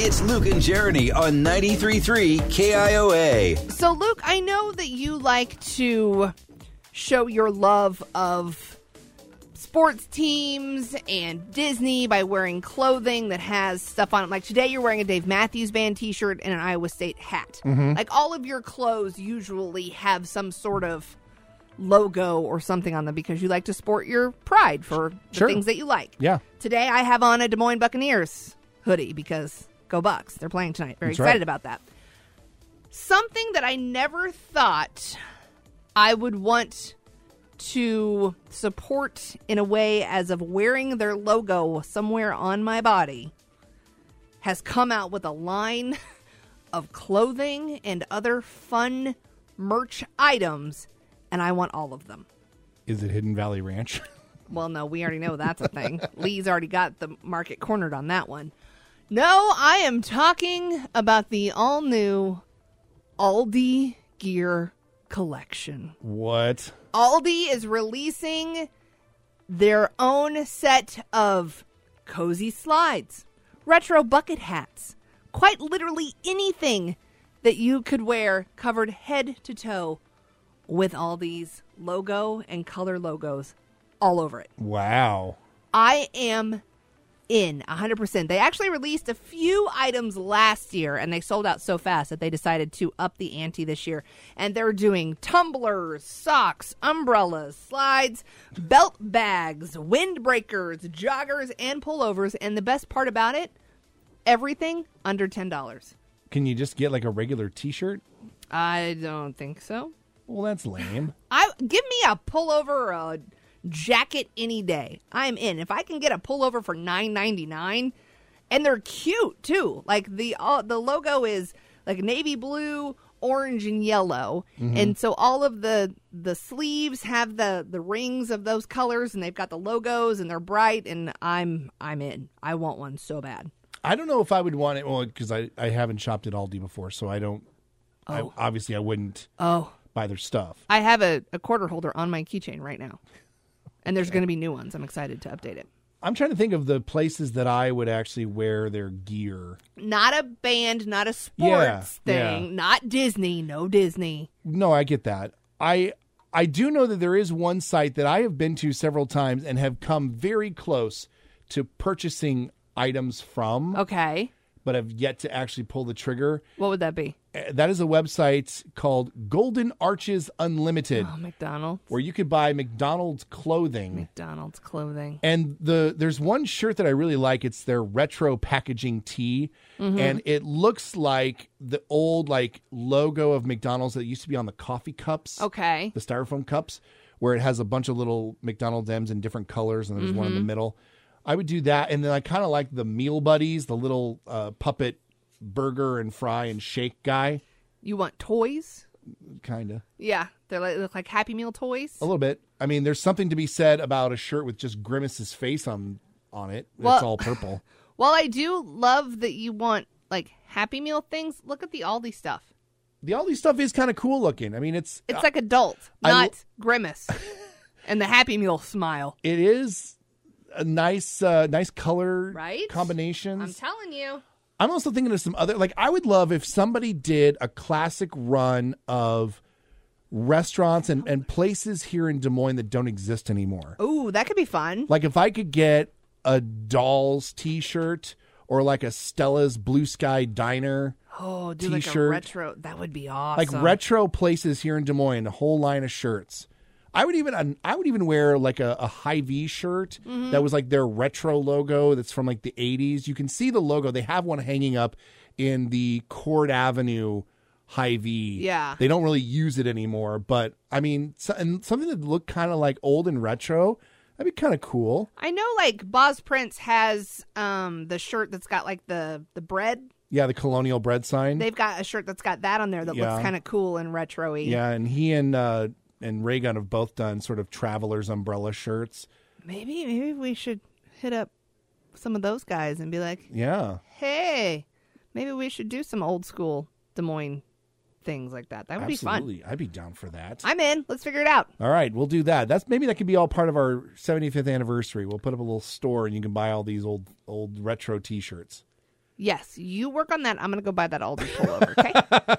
It's Luke and Jeremy on 93.3 KIOA. So, Luke, I know that you like to show your love of sports teams and Disney by wearing clothing that has stuff on it. Like today, you're wearing a Dave Matthews Band t shirt and an Iowa State hat. Mm-hmm. Like all of your clothes usually have some sort of logo or something on them because you like to sport your pride for the Sure. things that you like. Yeah. Today, I have on a Des Moines Buccaneers hoodie because go Bucks. They're playing tonight. Very That's right. excited about that. Something that I never thought I would want to support in a way as of wearing their logo somewhere on my body has come out with a line of clothing and other fun merch items, and I want all of them. Is it Hidden Valley Ranch? Well, no, we already know that's a thing. Lee's already got the market cornered on that one. No, I am talking about the all new Aldi gear collection. what? Aldi is releasing their own set of cozy slides, retro bucket hats, quite literally anything that you could wear covered head to toe with Aldi's logo and color logos all over it. Wow. I am in 100%. They actually released a few items last year and they sold out so fast that they decided to up the ante this year. And they're doing tumblers, socks, umbrellas, slides, belt bags, windbreakers, joggers, and pullovers. And the best part about it, everything under $10. Can you just get like a regular t shirt? I don't think so. Well, that's lame. I give me a pullover or a jacket any day. I'm in. If I can get a pullover for nine ninety nine, and they're cute too. Like the all the logo is like navy blue, orange, and yellow, and so all of the the sleeves have the the rings of those colors, and they've got the logos, and they're bright. And I'm I'm in. I want one so bad. I don't know if I would want it. Well, because I, I haven't shopped at Aldi before, so I don't. I, obviously, I wouldn't Oh, buy their stuff. I have a, a quarter holder on my keychain right now, and there's going to be new ones. I'm excited to update it. I'm trying to think of the places that I would actually wear their gear. not a band, not a sports Yeah, thing, yeah. not Disney, no Disney. No, I get that. I I do know that there is one site that I have been to several times and have come very close to purchasing items from, Okay. but have yet to actually pull the trigger. What would that be? Uh, that is a website called Golden Arches Unlimited, Oh, McDonald's. where you could buy McDonald's clothing. McDonald's clothing. And the there's one shirt that I really like. It's their retro packaging tee, and it looks like the old like logo of McDonald's that used to be on the coffee cups, Okay. the styrofoam cups, where it has a bunch of little McDonald's M's in different colors, and there's one in the middle. I would do that, and then I kind of like the meal buddies, the little uh, puppet burger and fry and shake guy, You want toys? kind of. Yeah. They like, look like Happy Meal toys. A little bit. I mean, there's something to be said about a shirt with just Grimace's face on on it. Well- it's all purple. While I do love that you want like Happy Meal things, look at the Aldi stuff. the Aldi stuff is kind of cool looking. I mean, it's It's like adult, I not l- grimace. and the Happy Meal smile. it is a nice uh, nice color Right? combinations. I'm telling you. I'm also thinking of some other like I would love if somebody did a classic run of restaurants and, and places here in Des Moines that don't exist anymore. Ooh, that could be fun. Like if I could get a Dolls t-shirt or like a Stella's Blue Sky Diner. oh, do like a t-shirt. retro. That would be awesome. like retro places here in Des Moines, a whole line of shirts. I would even I would even wear like a, a high V shirt that was like their retro logo that's from like the eighties. You can see the logo. They have one hanging up in the Court Avenue high V. Yeah. They don't really use it anymore, but I mean so, and something that looked kinda like old and retro, that'd be kinda cool. I know like Boz Prince has um the shirt that's got like the the bread. Yeah, the colonial bread sign. They've got a shirt that's got that on there that looks Yeah. kind of cool and retro-y. yeah, and he and uh and Raygun have both done sort of travelers umbrella shirts. Maybe maybe we should hit up some of those guys and be like, Yeah. "Hey, maybe we should do some old school Des Moines things like that. That would be fun." Absolutely. I'd be down for that. I'm in. Let's figure it out. all right, we'll do that. That's maybe that could be all part of our 75th anniversary. We'll put up a little store and you can buy all these old old retro t-shirts. Yes, you work on that. I'm going to go buy that Aldi pullover. Okay.